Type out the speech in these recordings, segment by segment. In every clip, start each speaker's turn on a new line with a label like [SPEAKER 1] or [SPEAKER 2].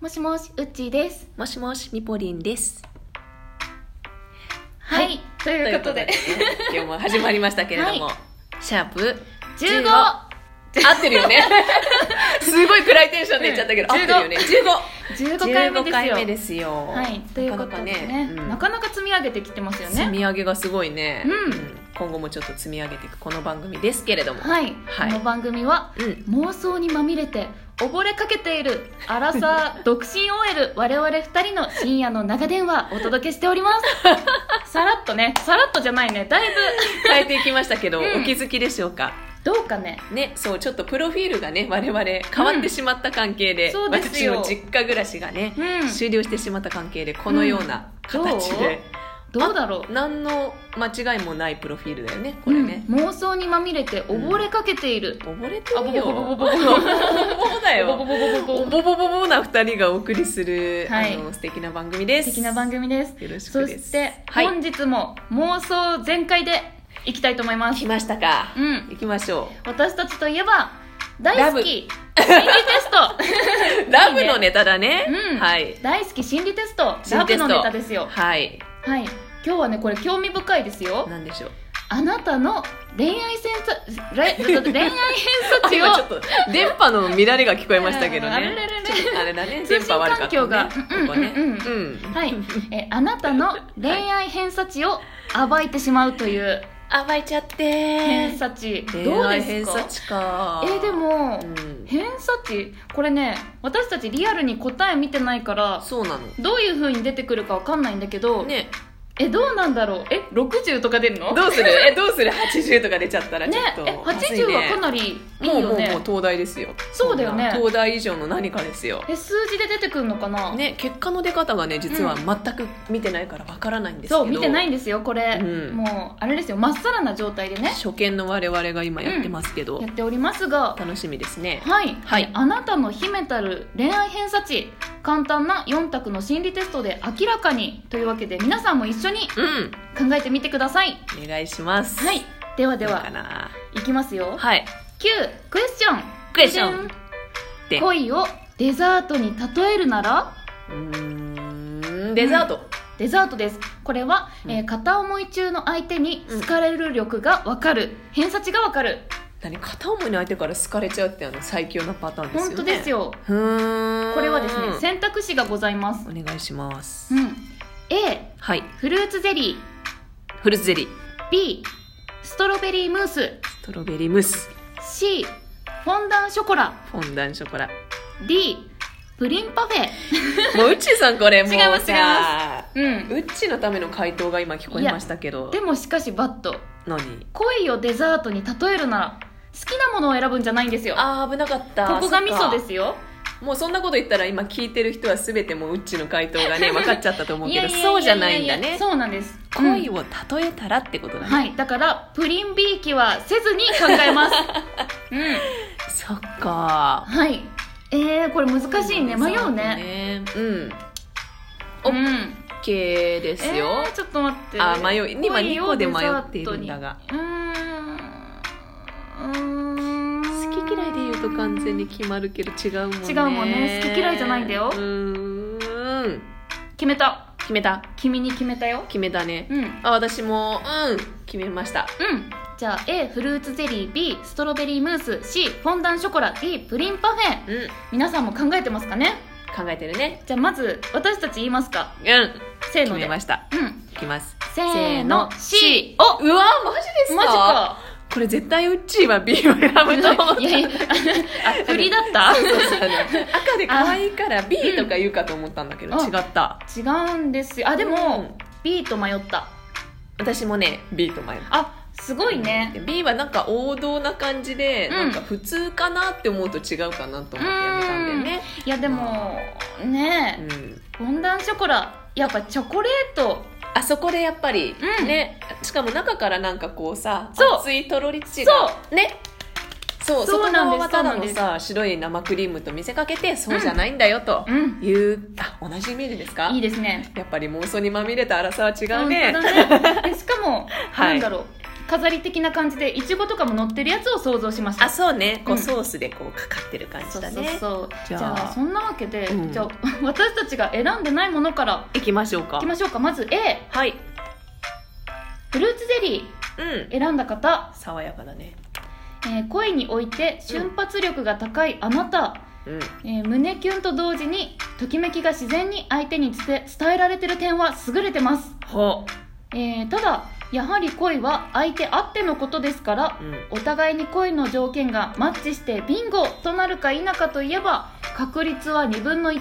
[SPEAKER 1] もしもし、うっちーです。
[SPEAKER 2] もしもし、みぽりんです。
[SPEAKER 1] はい、
[SPEAKER 2] はい
[SPEAKER 1] と
[SPEAKER 2] と
[SPEAKER 1] いうことで、
[SPEAKER 2] ということでね今日も始まりましたけれども、
[SPEAKER 1] は
[SPEAKER 2] シャープ
[SPEAKER 1] 15
[SPEAKER 2] 15合ってるよね。 すごい暗いテンションで言っちゃったけど、
[SPEAKER 1] うん
[SPEAKER 2] 合ってるよね。
[SPEAKER 1] 15
[SPEAKER 2] 15。
[SPEAKER 1] 回目ですよ。
[SPEAKER 2] 回目ですよ。
[SPEAKER 1] はい、ということでね、
[SPEAKER 2] うん
[SPEAKER 1] なかなか積み上げてきてますよ
[SPEAKER 2] 積
[SPEAKER 1] ね。
[SPEAKER 2] み上げがすごいね、
[SPEAKER 1] うん
[SPEAKER 2] 今後もちょっと積み上げていくこの番組ですけれども、
[SPEAKER 1] はい、
[SPEAKER 2] はい
[SPEAKER 1] この番組は
[SPEAKER 2] うん、
[SPEAKER 1] 妄想にまみれて溺れかけているアラサー独身 OL 我々二人の深夜の長電話お届けしております。さらっとね、さらっとじゃないね、だい
[SPEAKER 2] 変えていきましたけど、
[SPEAKER 1] うん
[SPEAKER 2] お気づきでしょうか
[SPEAKER 1] ぶどうかね。
[SPEAKER 2] ね、そうちょっとプロフィールがね我々変わってしまった関係で,、
[SPEAKER 1] うんそうです
[SPEAKER 2] 私
[SPEAKER 1] よ
[SPEAKER 2] の実家暮らしがね、
[SPEAKER 1] うん
[SPEAKER 2] 終了してしまった関係でこのような
[SPEAKER 1] うん
[SPEAKER 2] 形で、
[SPEAKER 1] どうだろう。
[SPEAKER 2] 何の間違いもないプロフィールだよねこれね、
[SPEAKER 1] うん妄想にまみれて溺れかけている。
[SPEAKER 2] 溺れてるよ
[SPEAKER 1] あボボボボボボボ
[SPEAKER 2] ボボだ
[SPEAKER 1] ボボボ
[SPEAKER 2] よ
[SPEAKER 1] ボボボ
[SPEAKER 2] ボボボボボな二人がお送りする、
[SPEAKER 1] はい
[SPEAKER 2] あの素敵な番組です
[SPEAKER 1] 素敵な番組です。
[SPEAKER 2] よろし
[SPEAKER 1] そ
[SPEAKER 2] くです
[SPEAKER 1] して、
[SPEAKER 2] はい、
[SPEAKER 1] 本日も妄想全開でいきたいと思います
[SPEAKER 2] 来。ましたか
[SPEAKER 1] う、ん、
[SPEAKER 2] 行きましょ
[SPEAKER 1] 私たちといえば大好き心理テスト、
[SPEAKER 2] うラブのネタだね
[SPEAKER 1] うん
[SPEAKER 2] はい
[SPEAKER 1] 大好き心理テスト
[SPEAKER 2] 心
[SPEAKER 1] ラ
[SPEAKER 2] 理テ
[SPEAKER 1] ブ
[SPEAKER 2] スト
[SPEAKER 1] のネタですよ。
[SPEAKER 2] はい
[SPEAKER 1] はい、今日はねこれ興味深いですよ。
[SPEAKER 2] 何でしょう
[SPEAKER 1] あなたの恋愛偏差 れちょっと恋愛偏差値
[SPEAKER 2] 今ちょっ
[SPEAKER 1] を
[SPEAKER 2] と電波の乱れが聞こえましたけどね。
[SPEAKER 1] あれれれれ
[SPEAKER 2] ちょっとあれだね。
[SPEAKER 1] 通
[SPEAKER 2] 電
[SPEAKER 1] 信
[SPEAKER 2] 波悪かった、ね。
[SPEAKER 1] 環境が
[SPEAKER 2] ここね
[SPEAKER 1] うんうんうん
[SPEAKER 2] うん
[SPEAKER 1] はい、えあなたの恋愛偏差値を暴いてしまうという
[SPEAKER 2] 暴いちゃって
[SPEAKER 1] 偏差値、
[SPEAKER 2] 恋
[SPEAKER 1] どう
[SPEAKER 2] 愛
[SPEAKER 1] で
[SPEAKER 2] 偏
[SPEAKER 1] す
[SPEAKER 2] 差
[SPEAKER 1] か？
[SPEAKER 2] 値か
[SPEAKER 1] え。ーで、も、
[SPEAKER 2] うん、
[SPEAKER 1] 偏差値これね私たちリアルに答え見てないから
[SPEAKER 2] そうな
[SPEAKER 1] どういう風に出てくるかわかんないんだけど、
[SPEAKER 2] の。ね、
[SPEAKER 1] えどうなんだろうえ60とか出るの
[SPEAKER 2] どうする？え、どうする？八十とか出ちゃったらち
[SPEAKER 1] ね
[SPEAKER 2] ょっと。
[SPEAKER 1] え80はかなりいい
[SPEAKER 2] もうも
[SPEAKER 1] よ
[SPEAKER 2] うもう
[SPEAKER 1] ね
[SPEAKER 2] 東大ですよ。
[SPEAKER 1] そうだよね
[SPEAKER 2] 東大以上の何かですよ。
[SPEAKER 1] え数字で出てくるのかな、
[SPEAKER 2] ね、結果の出方がね実は全く見てないからわからないんですけど、
[SPEAKER 1] そう見てないんですよこれ、
[SPEAKER 2] うん
[SPEAKER 1] もうあれですよまっさらな状態でね
[SPEAKER 2] 初見の我々が今やってますけど、
[SPEAKER 1] やっておりますが
[SPEAKER 2] 楽しみですね
[SPEAKER 1] はい、
[SPEAKER 2] はい
[SPEAKER 1] あなたの秘めたる恋愛偏差値簡単な4択の心理テストで明らかにというわけで皆さんも一緒に
[SPEAKER 2] うん
[SPEAKER 1] 考えてみてください
[SPEAKER 2] お願いします
[SPEAKER 1] はいではで
[SPEAKER 2] どうか
[SPEAKER 1] は
[SPEAKER 2] ない
[SPEAKER 1] きますよ
[SPEAKER 2] はい
[SPEAKER 1] 9クエスチョン
[SPEAKER 2] クエスチョンで
[SPEAKER 1] 恋をデザートに例えるなら
[SPEAKER 2] うーんデザート、
[SPEAKER 1] デザートですこれは、
[SPEAKER 2] うん
[SPEAKER 1] えー片思い中の相手に好かれる力が分かる、偏差値が分かる
[SPEAKER 2] 何片思いの相手から好かれちゃうってあの最強なパターンですよね
[SPEAKER 1] 本当ですよ
[SPEAKER 2] うーん
[SPEAKER 1] これはですね選択肢がございます、
[SPEAKER 2] お願いしま
[SPEAKER 1] う
[SPEAKER 2] す、
[SPEAKER 1] ん、A
[SPEAKER 2] はい
[SPEAKER 1] フルーツゼリー
[SPEAKER 2] フルーツゼリー
[SPEAKER 1] B ストロベリームース
[SPEAKER 2] ストロベリームース
[SPEAKER 1] C フォンダンショコラ
[SPEAKER 2] フォンダンショコラ
[SPEAKER 1] D プリンパフェ
[SPEAKER 2] もううっちーさんこれもう
[SPEAKER 1] 違います違い
[SPEAKER 2] さ
[SPEAKER 1] うん
[SPEAKER 2] うっちーのための回答が今聞こえましたけど
[SPEAKER 1] でもしかしバット
[SPEAKER 2] 何
[SPEAKER 1] 恋をデザートに例えるなら好きなものを選ぶんじゃないんですよ
[SPEAKER 2] あー危なかった
[SPEAKER 1] ここがミソで
[SPEAKER 2] そっか
[SPEAKER 1] すよ
[SPEAKER 2] もうそんなこと言ったら今聞いてる人は全てもううっちーの回答 がね分かっちゃったと思う
[SPEAKER 1] い
[SPEAKER 2] け
[SPEAKER 1] や
[SPEAKER 2] ど
[SPEAKER 1] いやいや
[SPEAKER 2] そうじゃないんだ
[SPEAKER 1] いや
[SPEAKER 2] ね
[SPEAKER 1] そうなんです
[SPEAKER 2] 恋を例えたらってことだね、
[SPEAKER 1] はい、だからプリンビーキはせずに考え ます。うん、
[SPEAKER 2] そっか
[SPEAKER 1] はい。えー、これ難しいね、迷うね。
[SPEAKER 2] うん
[SPEAKER 1] う
[SPEAKER 2] そうんだ。OK ですよ、
[SPEAKER 1] えーちょっと待って。
[SPEAKER 2] あ迷う今
[SPEAKER 1] 恋を
[SPEAKER 2] 二個で迷っているんだが
[SPEAKER 1] デザートに。うーん。うーん
[SPEAKER 2] 好き嫌いで言うと完全に決まるけど違うもんね
[SPEAKER 1] 違うもんね好き嫌いじゃないんだよ
[SPEAKER 2] うーん
[SPEAKER 1] 決めた。
[SPEAKER 2] 決めた
[SPEAKER 1] 君に決めたよ。
[SPEAKER 2] 決めたね、
[SPEAKER 1] うん。うん。
[SPEAKER 2] あ私もうん決めました
[SPEAKER 1] じゃあ A フルーツゼリー B ストロベリームース C フォンダンショコラ D プリンパフェ
[SPEAKER 2] うん
[SPEAKER 1] 皆さんも考えてますかね
[SPEAKER 2] 考えてるね
[SPEAKER 1] じゃあまず私たち言いますか
[SPEAKER 2] うん
[SPEAKER 1] せー
[SPEAKER 2] 決
[SPEAKER 1] ので
[SPEAKER 2] めました
[SPEAKER 1] うん
[SPEAKER 2] いきます
[SPEAKER 1] せーの C
[SPEAKER 2] おうわマジですか
[SPEAKER 1] マジか
[SPEAKER 2] これ絶対うっちーは B を選ぶと思った
[SPEAKER 1] いやいや あ振りだった
[SPEAKER 2] そうそうそうあの赤で可愛いから B とか言うかと思ったんだけど
[SPEAKER 1] うん
[SPEAKER 2] 違った
[SPEAKER 1] 違うんですよあで
[SPEAKER 2] う
[SPEAKER 1] も
[SPEAKER 2] ん
[SPEAKER 1] B と迷った
[SPEAKER 2] 私もね B と迷った
[SPEAKER 1] あすごいね
[SPEAKER 2] で B はなんか王道な感じで、
[SPEAKER 1] うん
[SPEAKER 2] なんか普通かなって思うと違うかなと思ってやめたんだよね
[SPEAKER 1] いやでもね
[SPEAKER 2] うん、
[SPEAKER 1] え温暖ショコラやっぱチョコレート
[SPEAKER 2] あそこでやっぱり、
[SPEAKER 1] うん
[SPEAKER 2] ねしかも中からなんかこうさ
[SPEAKER 1] そう
[SPEAKER 2] 熱いとろりチがねそう
[SPEAKER 1] そ
[SPEAKER 2] そうこ
[SPEAKER 1] なん
[SPEAKER 2] の
[SPEAKER 1] です
[SPEAKER 2] はただの
[SPEAKER 1] そう
[SPEAKER 2] さ白い生クリームと見せかけてそうじゃないんだよと
[SPEAKER 1] うん
[SPEAKER 2] いう、あ同じイメージですか
[SPEAKER 1] いいですね
[SPEAKER 2] やっぱり妄想にまみれた荒さは違う
[SPEAKER 1] 本当
[SPEAKER 2] ね
[SPEAKER 1] だねえしかも
[SPEAKER 2] はい
[SPEAKER 1] なんだろう飾り的な感じでいちごとかも乗ってるやつを想像しました
[SPEAKER 2] あそうねこう、
[SPEAKER 1] うん
[SPEAKER 2] ソースでこうかかってる感じ
[SPEAKER 1] そう
[SPEAKER 2] だ
[SPEAKER 1] そう
[SPEAKER 2] ね
[SPEAKER 1] そう
[SPEAKER 2] じ
[SPEAKER 1] じ
[SPEAKER 2] ゃ
[SPEAKER 1] ゃ
[SPEAKER 2] あ
[SPEAKER 1] あそんなわけで、
[SPEAKER 2] うん
[SPEAKER 1] じゃあ私たちが選んでないものから
[SPEAKER 2] いきましょうか
[SPEAKER 1] いきましょうかまず A
[SPEAKER 2] はい
[SPEAKER 1] フルーツゼリ
[SPEAKER 2] うん
[SPEAKER 1] ー選んだ方、
[SPEAKER 2] 爽やかだね
[SPEAKER 1] えー恋において瞬発力が高いあなた、
[SPEAKER 2] うん
[SPEAKER 1] えー胸キュンと同時にときめきが自然に相手につて伝えられてる点は優れてます、
[SPEAKER 2] ほ
[SPEAKER 1] えーただやはり恋は相手あってのことですから
[SPEAKER 2] う、うん、
[SPEAKER 1] お互いに恋の条件がマッチしてビンゴとなるか否かといえば確率は2分の1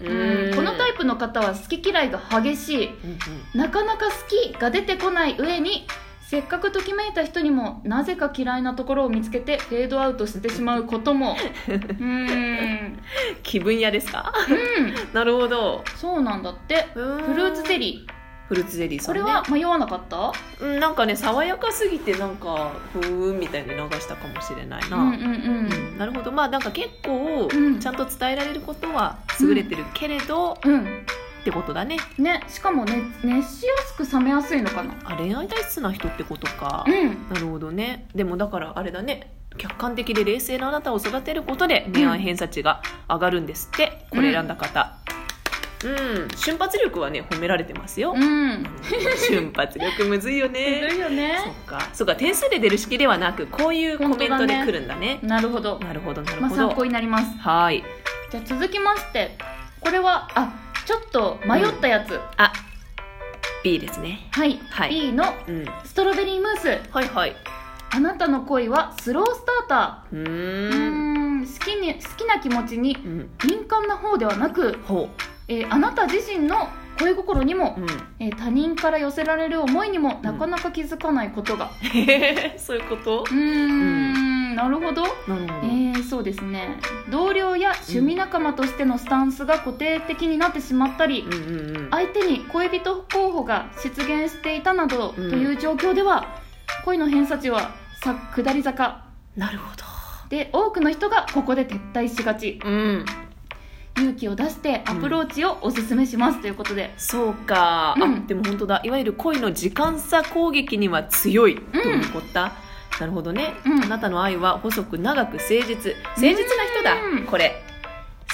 [SPEAKER 1] うんこのタ
[SPEAKER 2] イ
[SPEAKER 1] イプの方は好き嫌いが激しい
[SPEAKER 2] プ、うんうん
[SPEAKER 1] なかなか好きが出てこない上にせっかくときめいた人にもなぜか嫌いなところを見つけてフェードアウトしてしまうこともうーん
[SPEAKER 2] 気分屋ですか
[SPEAKER 1] うん
[SPEAKER 2] なるほど
[SPEAKER 1] そうなんだって
[SPEAKER 2] フ
[SPEAKER 1] フルーツゼ
[SPEAKER 2] ー
[SPEAKER 1] リー
[SPEAKER 2] フルーツゼリーさ
[SPEAKER 1] こ
[SPEAKER 2] ん、ね、
[SPEAKER 1] れは迷わなかった
[SPEAKER 2] うん、なんかね爽やかすぎてなんかふーんみたいに流したかもしれないな、
[SPEAKER 1] うんうん
[SPEAKER 2] うんなるほどまあなんか結構
[SPEAKER 1] うん
[SPEAKER 2] ちゃんと伝えられることは優れてるけれど、っ
[SPEAKER 1] うんうん
[SPEAKER 2] てことだね
[SPEAKER 1] ねしかもね熱しやすく冷めやすいのかな
[SPEAKER 2] あ恋愛体質な人ってことか、
[SPEAKER 1] うん
[SPEAKER 2] なるほどねでもだからあれだね客観的で冷静なあなたを育てることで恋愛偏差値が上がるんですって、これ選んだ方うん瞬発力はね褒められてますよ、
[SPEAKER 1] うん
[SPEAKER 2] 瞬発力むずいよ
[SPEAKER 1] する
[SPEAKER 2] ね
[SPEAKER 1] よ
[SPEAKER 2] そっ
[SPEAKER 1] ね
[SPEAKER 2] かそっか点数で出る式ではなくこういうコメントで
[SPEAKER 1] 本当だね
[SPEAKER 2] 来るんだね
[SPEAKER 1] なるほど
[SPEAKER 2] なるほどなる
[SPEAKER 1] まあ
[SPEAKER 2] ほど、
[SPEAKER 1] 参考になります
[SPEAKER 2] はい
[SPEAKER 1] じゃあ続きましてこれはあちょっと迷ったやつ、
[SPEAKER 2] あ B ですね
[SPEAKER 1] はい、
[SPEAKER 2] はい
[SPEAKER 1] B の
[SPEAKER 2] うん
[SPEAKER 1] ストロベリームース
[SPEAKER 2] はいはい
[SPEAKER 1] あなたの恋はスロースター
[SPEAKER 2] う
[SPEAKER 1] ターうー
[SPEAKER 2] ーん
[SPEAKER 1] ん好きに好きな気持ちに
[SPEAKER 2] うん
[SPEAKER 1] 敏感な方ではなく、
[SPEAKER 2] ほ
[SPEAKER 1] えーあなた自身の恋心にも
[SPEAKER 2] う、う、ん、
[SPEAKER 1] えー他人から寄せられる思いにもなかなか気づかないことが
[SPEAKER 2] そういうこと
[SPEAKER 1] うーんなるほど
[SPEAKER 2] なるほ
[SPEAKER 1] えー、そうですね同僚や趣味仲間としてのスタンスが固定的になってしまったり、
[SPEAKER 2] うんうんうん
[SPEAKER 1] 相手に恋人候補が出現していたなどという状況では、恋の偏差値はさ下り坂
[SPEAKER 2] なるほど
[SPEAKER 1] で多くの人がここで撤退しがち
[SPEAKER 2] うん
[SPEAKER 1] 勇気を出してアプローチをおすすめします、ということで
[SPEAKER 2] そうか、
[SPEAKER 1] うん
[SPEAKER 2] あでも本当だいわゆる恋の時間差攻撃には強いということだ、なるほどね、
[SPEAKER 1] うん
[SPEAKER 2] あなたの愛は細く長く誠実誠実な人だ
[SPEAKER 1] うん
[SPEAKER 2] これ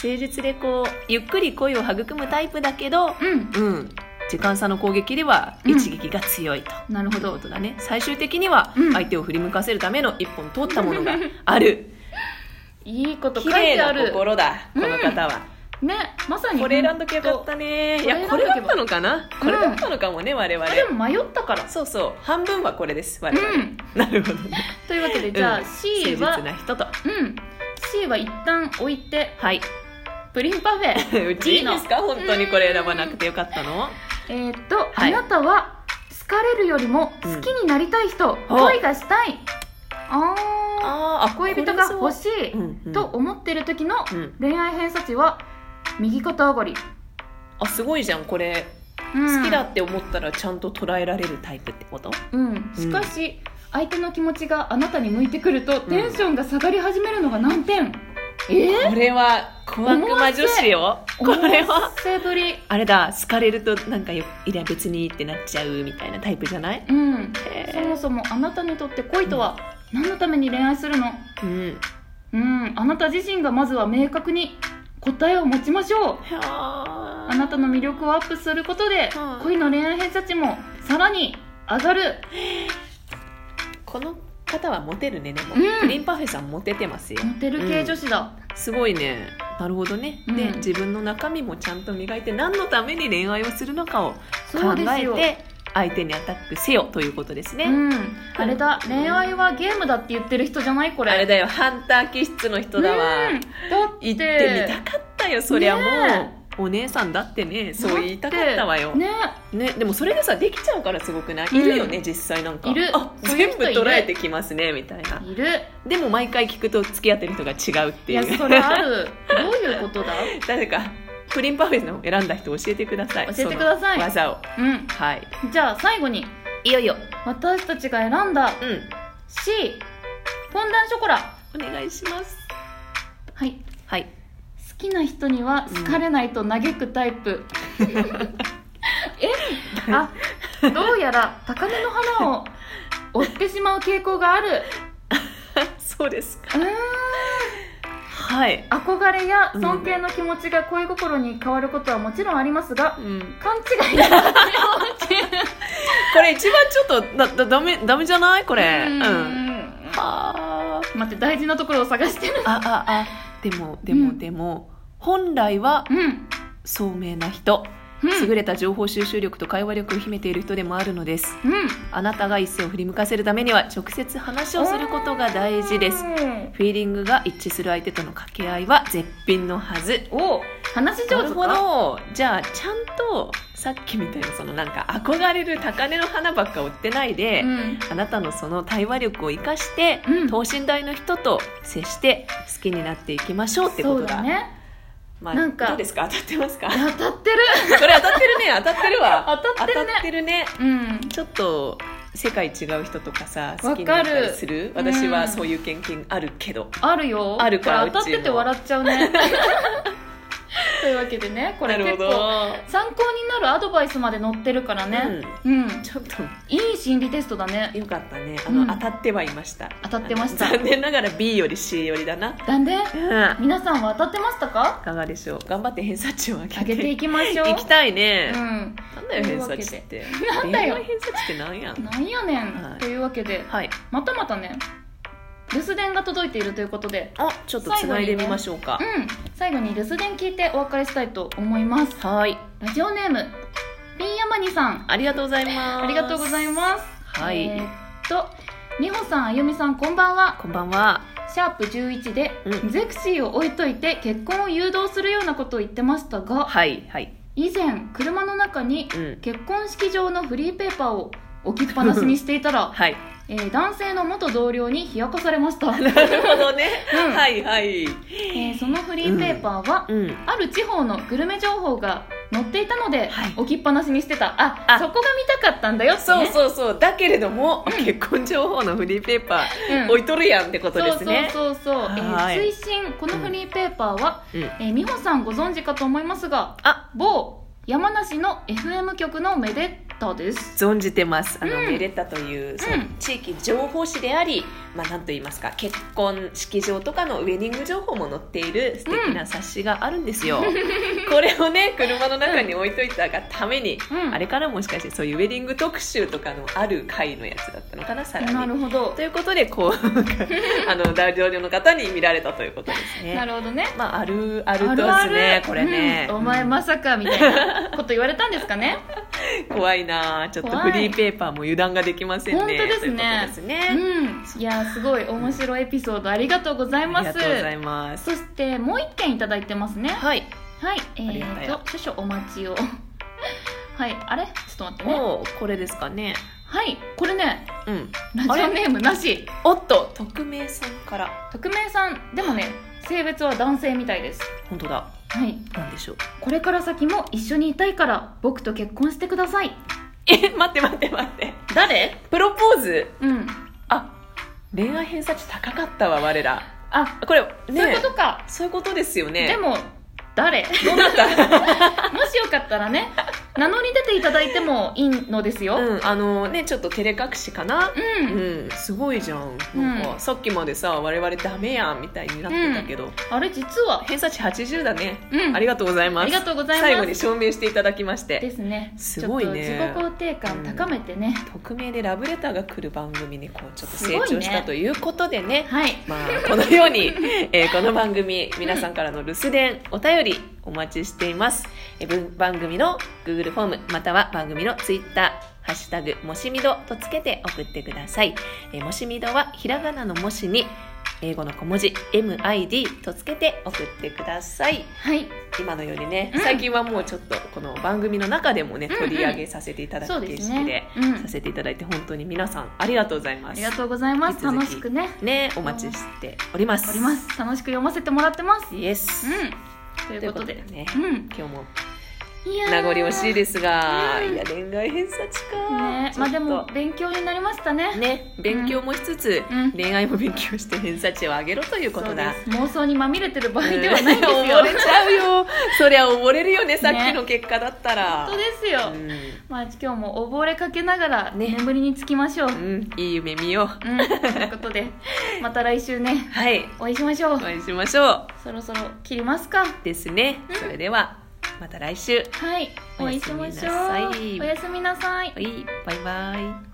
[SPEAKER 2] 誠実でこうゆっくり恋を育むタイプだけど
[SPEAKER 1] うん
[SPEAKER 2] うん時間差の攻撃では一撃が強いと、
[SPEAKER 1] なるほ
[SPEAKER 2] という
[SPEAKER 1] ど
[SPEAKER 2] ことだね最終的には
[SPEAKER 1] うん
[SPEAKER 2] 相手を振り向かせるための一本通ったものが ある
[SPEAKER 1] いいこと書
[SPEAKER 2] 綺
[SPEAKER 1] いて
[SPEAKER 2] 麗
[SPEAKER 1] あ
[SPEAKER 2] な
[SPEAKER 1] る
[SPEAKER 2] 心だこの方は、
[SPEAKER 1] ねまさに
[SPEAKER 2] これ選んどきゃよかったねい
[SPEAKER 1] これ
[SPEAKER 2] やこれだったのかな、
[SPEAKER 1] ん
[SPEAKER 2] これだったのかもね我々
[SPEAKER 1] あでも迷ったから
[SPEAKER 2] そうそう半分はこれです我
[SPEAKER 1] う
[SPEAKER 2] 々、
[SPEAKER 1] ん
[SPEAKER 2] なるほどね
[SPEAKER 1] というわけでじゃあ、
[SPEAKER 2] うん
[SPEAKER 1] C
[SPEAKER 2] 誠実
[SPEAKER 1] は
[SPEAKER 2] な人と
[SPEAKER 1] うん C は一旦置いて
[SPEAKER 2] はい
[SPEAKER 1] プリンパ フェ
[SPEAKER 2] うちいいですか本当にこれ選ばなくてよかったの
[SPEAKER 1] えーっと、
[SPEAKER 2] はい
[SPEAKER 1] あなたは好かれるよりも好きになりたい人、恋がしたいあ
[SPEAKER 2] あーあ
[SPEAKER 1] ー恋人が欲し
[SPEAKER 2] い、う
[SPEAKER 1] い
[SPEAKER 2] んうん
[SPEAKER 1] と思ってる時の
[SPEAKER 2] うん
[SPEAKER 1] 恋愛偏差値は右肩上がり、
[SPEAKER 2] あすごいじゃんこれ、
[SPEAKER 1] うん
[SPEAKER 2] 好きだって思ったらちゃんと捉えられるタイプってこと
[SPEAKER 1] うん、しかし、相手の気持ちがあなたに向いてくるとテンションが下がり始めるのが難点、え
[SPEAKER 2] これは小悪魔女子よこれは
[SPEAKER 1] 思わせぶり
[SPEAKER 2] あれだ好かれるとなんかよいや別にってなっちゃうみたいなタイプじゃない
[SPEAKER 1] うん
[SPEAKER 2] へ
[SPEAKER 1] そ
[SPEAKER 2] ー
[SPEAKER 1] もそもあなたにとって恋とは何のために恋愛するの
[SPEAKER 2] うん
[SPEAKER 1] うんあなた自身がまずは明確に答えを持ちましょう
[SPEAKER 2] あ
[SPEAKER 1] あなたの魅力をアップすることで、
[SPEAKER 2] うん
[SPEAKER 1] 恋の恋愛偏差値もさらに上がる
[SPEAKER 2] この方はモテるねでも、
[SPEAKER 1] うん
[SPEAKER 2] プリンパフェさんモテてますよ
[SPEAKER 1] モテる系女子だ、
[SPEAKER 2] すごいねなるほどね、
[SPEAKER 1] うん
[SPEAKER 2] で自分の中身もちゃんと磨いて何のために恋愛をするのかを
[SPEAKER 1] そ
[SPEAKER 2] 考
[SPEAKER 1] うです
[SPEAKER 2] え
[SPEAKER 1] よ
[SPEAKER 2] て相手にアタックせよということですね、
[SPEAKER 1] うん、あれだ恋愛はゲームだって言ってる人じゃないこれ
[SPEAKER 2] あれだよハンター気質の人だわ、
[SPEAKER 1] うんだって
[SPEAKER 2] 行ってみたかったよそりゃもう、
[SPEAKER 1] ね
[SPEAKER 2] お姉さんだってねそう言いたかったわよ、ね
[SPEAKER 1] ね
[SPEAKER 2] でもそれがさできちゃうからすごくない、
[SPEAKER 1] うん
[SPEAKER 2] いるよね実際なんか
[SPEAKER 1] いる
[SPEAKER 2] あ
[SPEAKER 1] そういう
[SPEAKER 2] 全
[SPEAKER 1] 人
[SPEAKER 2] 部
[SPEAKER 1] いる
[SPEAKER 2] 捉えてきますねみたいない
[SPEAKER 1] る
[SPEAKER 2] でも毎回聞くと付き合ってる人が違うって
[SPEAKER 1] い
[SPEAKER 2] い
[SPEAKER 1] や
[SPEAKER 2] う
[SPEAKER 1] そ れあるどういうことだ
[SPEAKER 2] 誰かプリンパフェの選んだ人教えてください
[SPEAKER 1] 教えてください
[SPEAKER 2] その技を
[SPEAKER 1] うん
[SPEAKER 2] はい
[SPEAKER 1] じゃあ最後に
[SPEAKER 2] いよいよ
[SPEAKER 1] 私たちが選んだ
[SPEAKER 2] うん
[SPEAKER 1] C フォンダンショコラ
[SPEAKER 2] お願いします
[SPEAKER 1] はい
[SPEAKER 2] はい
[SPEAKER 1] 好きな人には好かれないと嘆くタイプ、 えあどうやら高嶺の花を追ってしまう傾向がある
[SPEAKER 2] そうですか
[SPEAKER 1] うーん
[SPEAKER 2] はい、
[SPEAKER 1] 憧れや尊敬の気持ちが恋心に変わることはもちろんありますが、
[SPEAKER 2] うん、
[SPEAKER 1] 勘違いや活用中
[SPEAKER 2] これ一番ちょっとだだダメダメじゃないこれ
[SPEAKER 1] うん
[SPEAKER 2] はあ
[SPEAKER 1] 待って大事なところを探してる
[SPEAKER 2] あああでもでも、
[SPEAKER 1] うん
[SPEAKER 2] でも本来は
[SPEAKER 1] うん、
[SPEAKER 2] 聡明な人
[SPEAKER 1] うん、
[SPEAKER 2] 優れた情報収集力と会話力を秘めている人でもあるのです
[SPEAKER 1] うん
[SPEAKER 2] あなたが一線を振り向かせるためには直接話をすることが大事です
[SPEAKER 1] うん
[SPEAKER 2] フィーリングが一致する相手との掛け合いは絶品のはず
[SPEAKER 1] お話し
[SPEAKER 2] な
[SPEAKER 1] 上
[SPEAKER 2] る
[SPEAKER 1] 手
[SPEAKER 2] ほ
[SPEAKER 1] か
[SPEAKER 2] どじゃあちゃんとさっきみたいなそのなんか憧れる高嶺の花ばっか追ってないで、
[SPEAKER 1] うん
[SPEAKER 2] あなたのその対話力を生かして、
[SPEAKER 1] うん
[SPEAKER 2] 等身大の人と接して好きになっていきましょうってこ
[SPEAKER 1] そ
[SPEAKER 2] と
[SPEAKER 1] う
[SPEAKER 2] だ
[SPEAKER 1] だね
[SPEAKER 2] まあ、
[SPEAKER 1] なんか
[SPEAKER 2] どうですか当たってますかこ
[SPEAKER 1] い
[SPEAKER 2] れ
[SPEAKER 1] や当たってる
[SPEAKER 2] 当たってるね 当たってるわ
[SPEAKER 1] 当たってるね
[SPEAKER 2] 当たってるね
[SPEAKER 1] うん
[SPEAKER 2] ちょっと世界違う人とか
[SPEAKER 1] わ
[SPEAKER 2] さ
[SPEAKER 1] かる
[SPEAKER 2] 好きになったりする私
[SPEAKER 1] う
[SPEAKER 2] は
[SPEAKER 1] ん
[SPEAKER 2] そういう経験あるけど、
[SPEAKER 1] あるよ
[SPEAKER 2] あるから
[SPEAKER 1] これ当たってて笑っちゃう ねというわけでねこれ
[SPEAKER 2] なる
[SPEAKER 1] 結
[SPEAKER 2] ほど
[SPEAKER 1] 構参考になるアドバイスまで載ってるからねうん、
[SPEAKER 2] ちょっと
[SPEAKER 1] いい心理テストだね
[SPEAKER 2] よかったねあの、
[SPEAKER 1] うん
[SPEAKER 2] 当たってはいました
[SPEAKER 1] 当たってました
[SPEAKER 2] あの残念ながら B より C よりだな
[SPEAKER 1] なんで
[SPEAKER 2] うんい
[SPEAKER 1] 皆さんは当たってましたか
[SPEAKER 2] かがでしょう頑張って偏差値を上げて
[SPEAKER 1] 上げていきましょう
[SPEAKER 2] 行きたいね、
[SPEAKER 1] うん
[SPEAKER 2] なんだよ偏差値って
[SPEAKER 1] なんだよ
[SPEAKER 2] 恋愛偏差値ってなんやん
[SPEAKER 1] なんやねん、
[SPEAKER 2] はい
[SPEAKER 1] というわけで
[SPEAKER 2] はい
[SPEAKER 1] またまたね留守電が届いているということで
[SPEAKER 2] あちょっとつないでみましょうか、
[SPEAKER 1] うん最後に留守電聞いてお別れしたいと思います
[SPEAKER 2] はい
[SPEAKER 1] ラジオネームピンヤマニさん
[SPEAKER 2] ありがとうございます
[SPEAKER 1] ありがとうございます
[SPEAKER 2] はい
[SPEAKER 1] えーっと美穂さんあゆみさんこんばんは
[SPEAKER 2] こんばんは
[SPEAKER 1] シャープ11で、
[SPEAKER 2] うん
[SPEAKER 1] ゼクシーを置いといて結婚を誘導するようなことを言ってましたが
[SPEAKER 2] はいはい
[SPEAKER 1] 以前車の中に
[SPEAKER 2] うん
[SPEAKER 1] 結婚式場のフリーペーパーを置きっぱなしにしていた ら、
[SPEAKER 2] はい
[SPEAKER 1] えー男性の元同僚に冷やかされま した、
[SPEAKER 2] なるほどね、
[SPEAKER 1] うん
[SPEAKER 2] はいはい
[SPEAKER 1] えーそのフリーペーパーは、
[SPEAKER 2] うん
[SPEAKER 1] ある地方のグルメ情報が載っていたので、
[SPEAKER 2] はい
[SPEAKER 1] 置きっぱなしにしてたあ
[SPEAKER 2] あ
[SPEAKER 1] そこが見たかったんだよって、ね、
[SPEAKER 2] そうそうそうだけれども、
[SPEAKER 1] うん
[SPEAKER 2] 結婚情報のフリーペーパ
[SPEAKER 1] うん
[SPEAKER 2] ー置いとるやんってことですね
[SPEAKER 1] そうそうそうそう、えー
[SPEAKER 2] はい
[SPEAKER 1] 推進このフリーペーパーは、
[SPEAKER 2] うん
[SPEAKER 1] えー美穂さんご存知かと思いますが
[SPEAKER 2] あ
[SPEAKER 1] 某山梨の FM 局のめでたです
[SPEAKER 2] 存じてますあの、
[SPEAKER 1] うん
[SPEAKER 2] メレッタというその
[SPEAKER 1] うん
[SPEAKER 2] 地域情報誌であり、まあ、なんと言いますか結婚式場とかのウェディング情報も載っている素敵な冊子があるんですよ、 これをね車の中に置いといたがために、
[SPEAKER 1] うん
[SPEAKER 2] あれからもしかしてそういうウェディング特集とかのある回のやつだったのかなさらに
[SPEAKER 1] なるほど
[SPEAKER 2] と、いうこと でこうなんかあの大統領の方に見られたということです
[SPEAKER 1] な
[SPEAKER 2] ね。
[SPEAKER 1] るほどね
[SPEAKER 2] まああるあるとですねこれね、
[SPEAKER 1] うんお前まさかみたいなこと言われたんですかね
[SPEAKER 2] うん怖いなあちょっと
[SPEAKER 1] 怖い
[SPEAKER 2] フリーペーパーも油断ができませんね
[SPEAKER 1] 本当ですね
[SPEAKER 2] ということです ね
[SPEAKER 1] うんいやーすごい面白いエピソードありがとうござい
[SPEAKER 2] あ
[SPEAKER 1] ま
[SPEAKER 2] りが
[SPEAKER 1] す
[SPEAKER 2] とうございます
[SPEAKER 1] そしてもう一件いただいてますね
[SPEAKER 2] はい
[SPEAKER 1] はいえ
[SPEAKER 2] ありがた
[SPEAKER 1] ー
[SPEAKER 2] や
[SPEAKER 1] と少々お待ちを はいあれちょっと待ってね
[SPEAKER 2] もうこれですかね
[SPEAKER 1] はいこれね
[SPEAKER 2] うん
[SPEAKER 1] ラジオネームなし
[SPEAKER 2] おっと匿名さんから
[SPEAKER 1] 匿名さんでもね性別は男性みたいです
[SPEAKER 2] 本当だ
[SPEAKER 1] はい
[SPEAKER 2] なんでしょう
[SPEAKER 1] これから先も一緒にいたいから僕と結婚してください
[SPEAKER 2] え待って待って待って
[SPEAKER 1] 誰
[SPEAKER 2] プロポーズ
[SPEAKER 1] うん
[SPEAKER 2] あ恋愛偏差値高かったわ我ら
[SPEAKER 1] あ
[SPEAKER 2] これね
[SPEAKER 1] そういうことか、
[SPEAKER 2] そういうことですよね
[SPEAKER 1] でも 誰
[SPEAKER 2] どうなった
[SPEAKER 1] もしよかったらね名乗り出ていただいてもいいのですよ
[SPEAKER 2] うん、あのねちょっと照れ隠しかな
[SPEAKER 1] うん、
[SPEAKER 2] うん、すごいじゃんなんか、
[SPEAKER 1] うん
[SPEAKER 2] さっきまでさ我々ダメやんみたいになってたけど、
[SPEAKER 1] あれ実は
[SPEAKER 2] 偏差値80だね、
[SPEAKER 1] うん
[SPEAKER 2] ありがとうございます
[SPEAKER 1] ありがとうございます
[SPEAKER 2] 最後に証明していただきまし
[SPEAKER 1] で
[SPEAKER 2] て
[SPEAKER 1] すね
[SPEAKER 2] すごいね
[SPEAKER 1] ちょっと自己肯定感高めてね、
[SPEAKER 2] 匿名でラブレターが来る番組にこうちょっと
[SPEAKER 1] すごい
[SPEAKER 2] 成
[SPEAKER 1] ね
[SPEAKER 2] 長したということでね
[SPEAKER 1] はい
[SPEAKER 2] まあ、このように、 えーこの番組皆さんからの留守電お便りお待ちしています、えーぶん番組の Google フォームまたは番組の Twitter「ハッシュタグもしみど」とつけて送ってください、えーもしみどはひらがなのもしに英語の小文字 MID とつけて送ってください
[SPEAKER 1] はい
[SPEAKER 2] 今のようにね、
[SPEAKER 1] うん
[SPEAKER 2] 最近はもうちょっとこの番組の中でもね
[SPEAKER 1] うんうん
[SPEAKER 2] 取り上げさせていただ
[SPEAKER 1] そう
[SPEAKER 2] く
[SPEAKER 1] で
[SPEAKER 2] 形
[SPEAKER 1] す
[SPEAKER 2] 式で
[SPEAKER 1] ね、うん、
[SPEAKER 2] させていただいて本当に皆さんありがとうござい
[SPEAKER 1] あ
[SPEAKER 2] ます
[SPEAKER 1] りがとうございま
[SPEAKER 2] 引
[SPEAKER 1] す
[SPEAKER 2] き続き
[SPEAKER 1] 楽しくね
[SPEAKER 2] ねお待ちしております
[SPEAKER 1] おります楽しく読ませてもらってます
[SPEAKER 2] イエス
[SPEAKER 1] うんということで
[SPEAKER 2] ね、
[SPEAKER 1] うん
[SPEAKER 2] 今日も
[SPEAKER 1] いやー
[SPEAKER 2] 名残惜しいですが、
[SPEAKER 1] うん
[SPEAKER 2] いや恋愛偏差値か、
[SPEAKER 1] ね
[SPEAKER 2] ちょ
[SPEAKER 1] ま
[SPEAKER 2] っ
[SPEAKER 1] あで
[SPEAKER 2] と
[SPEAKER 1] も勉強になりましたね
[SPEAKER 2] ね勉強もしつつ、
[SPEAKER 1] うん
[SPEAKER 2] 恋愛も勉強して偏差値を上げろということだ
[SPEAKER 1] そうです妄想にまみれてる場合ではないんですよ、
[SPEAKER 2] うん溺れちゃうよ そりゃ溺れるよねさっきの結果だったら、
[SPEAKER 1] 本当ですよ、まあ今日も溺れかけながら
[SPEAKER 2] ね
[SPEAKER 1] 眠りにつきましょう、
[SPEAKER 2] うん、うんいい夢見よう
[SPEAKER 1] うん、ということ でまた来週ね
[SPEAKER 2] はい
[SPEAKER 1] お会いしましょう
[SPEAKER 2] お会いしましょう
[SPEAKER 1] そろそろ切りますか
[SPEAKER 2] ですね、
[SPEAKER 1] うん
[SPEAKER 2] それではまた来週
[SPEAKER 1] はいお会いしましょう
[SPEAKER 2] おやすみなさい
[SPEAKER 1] おやすみなさい
[SPEAKER 2] はいバイバイ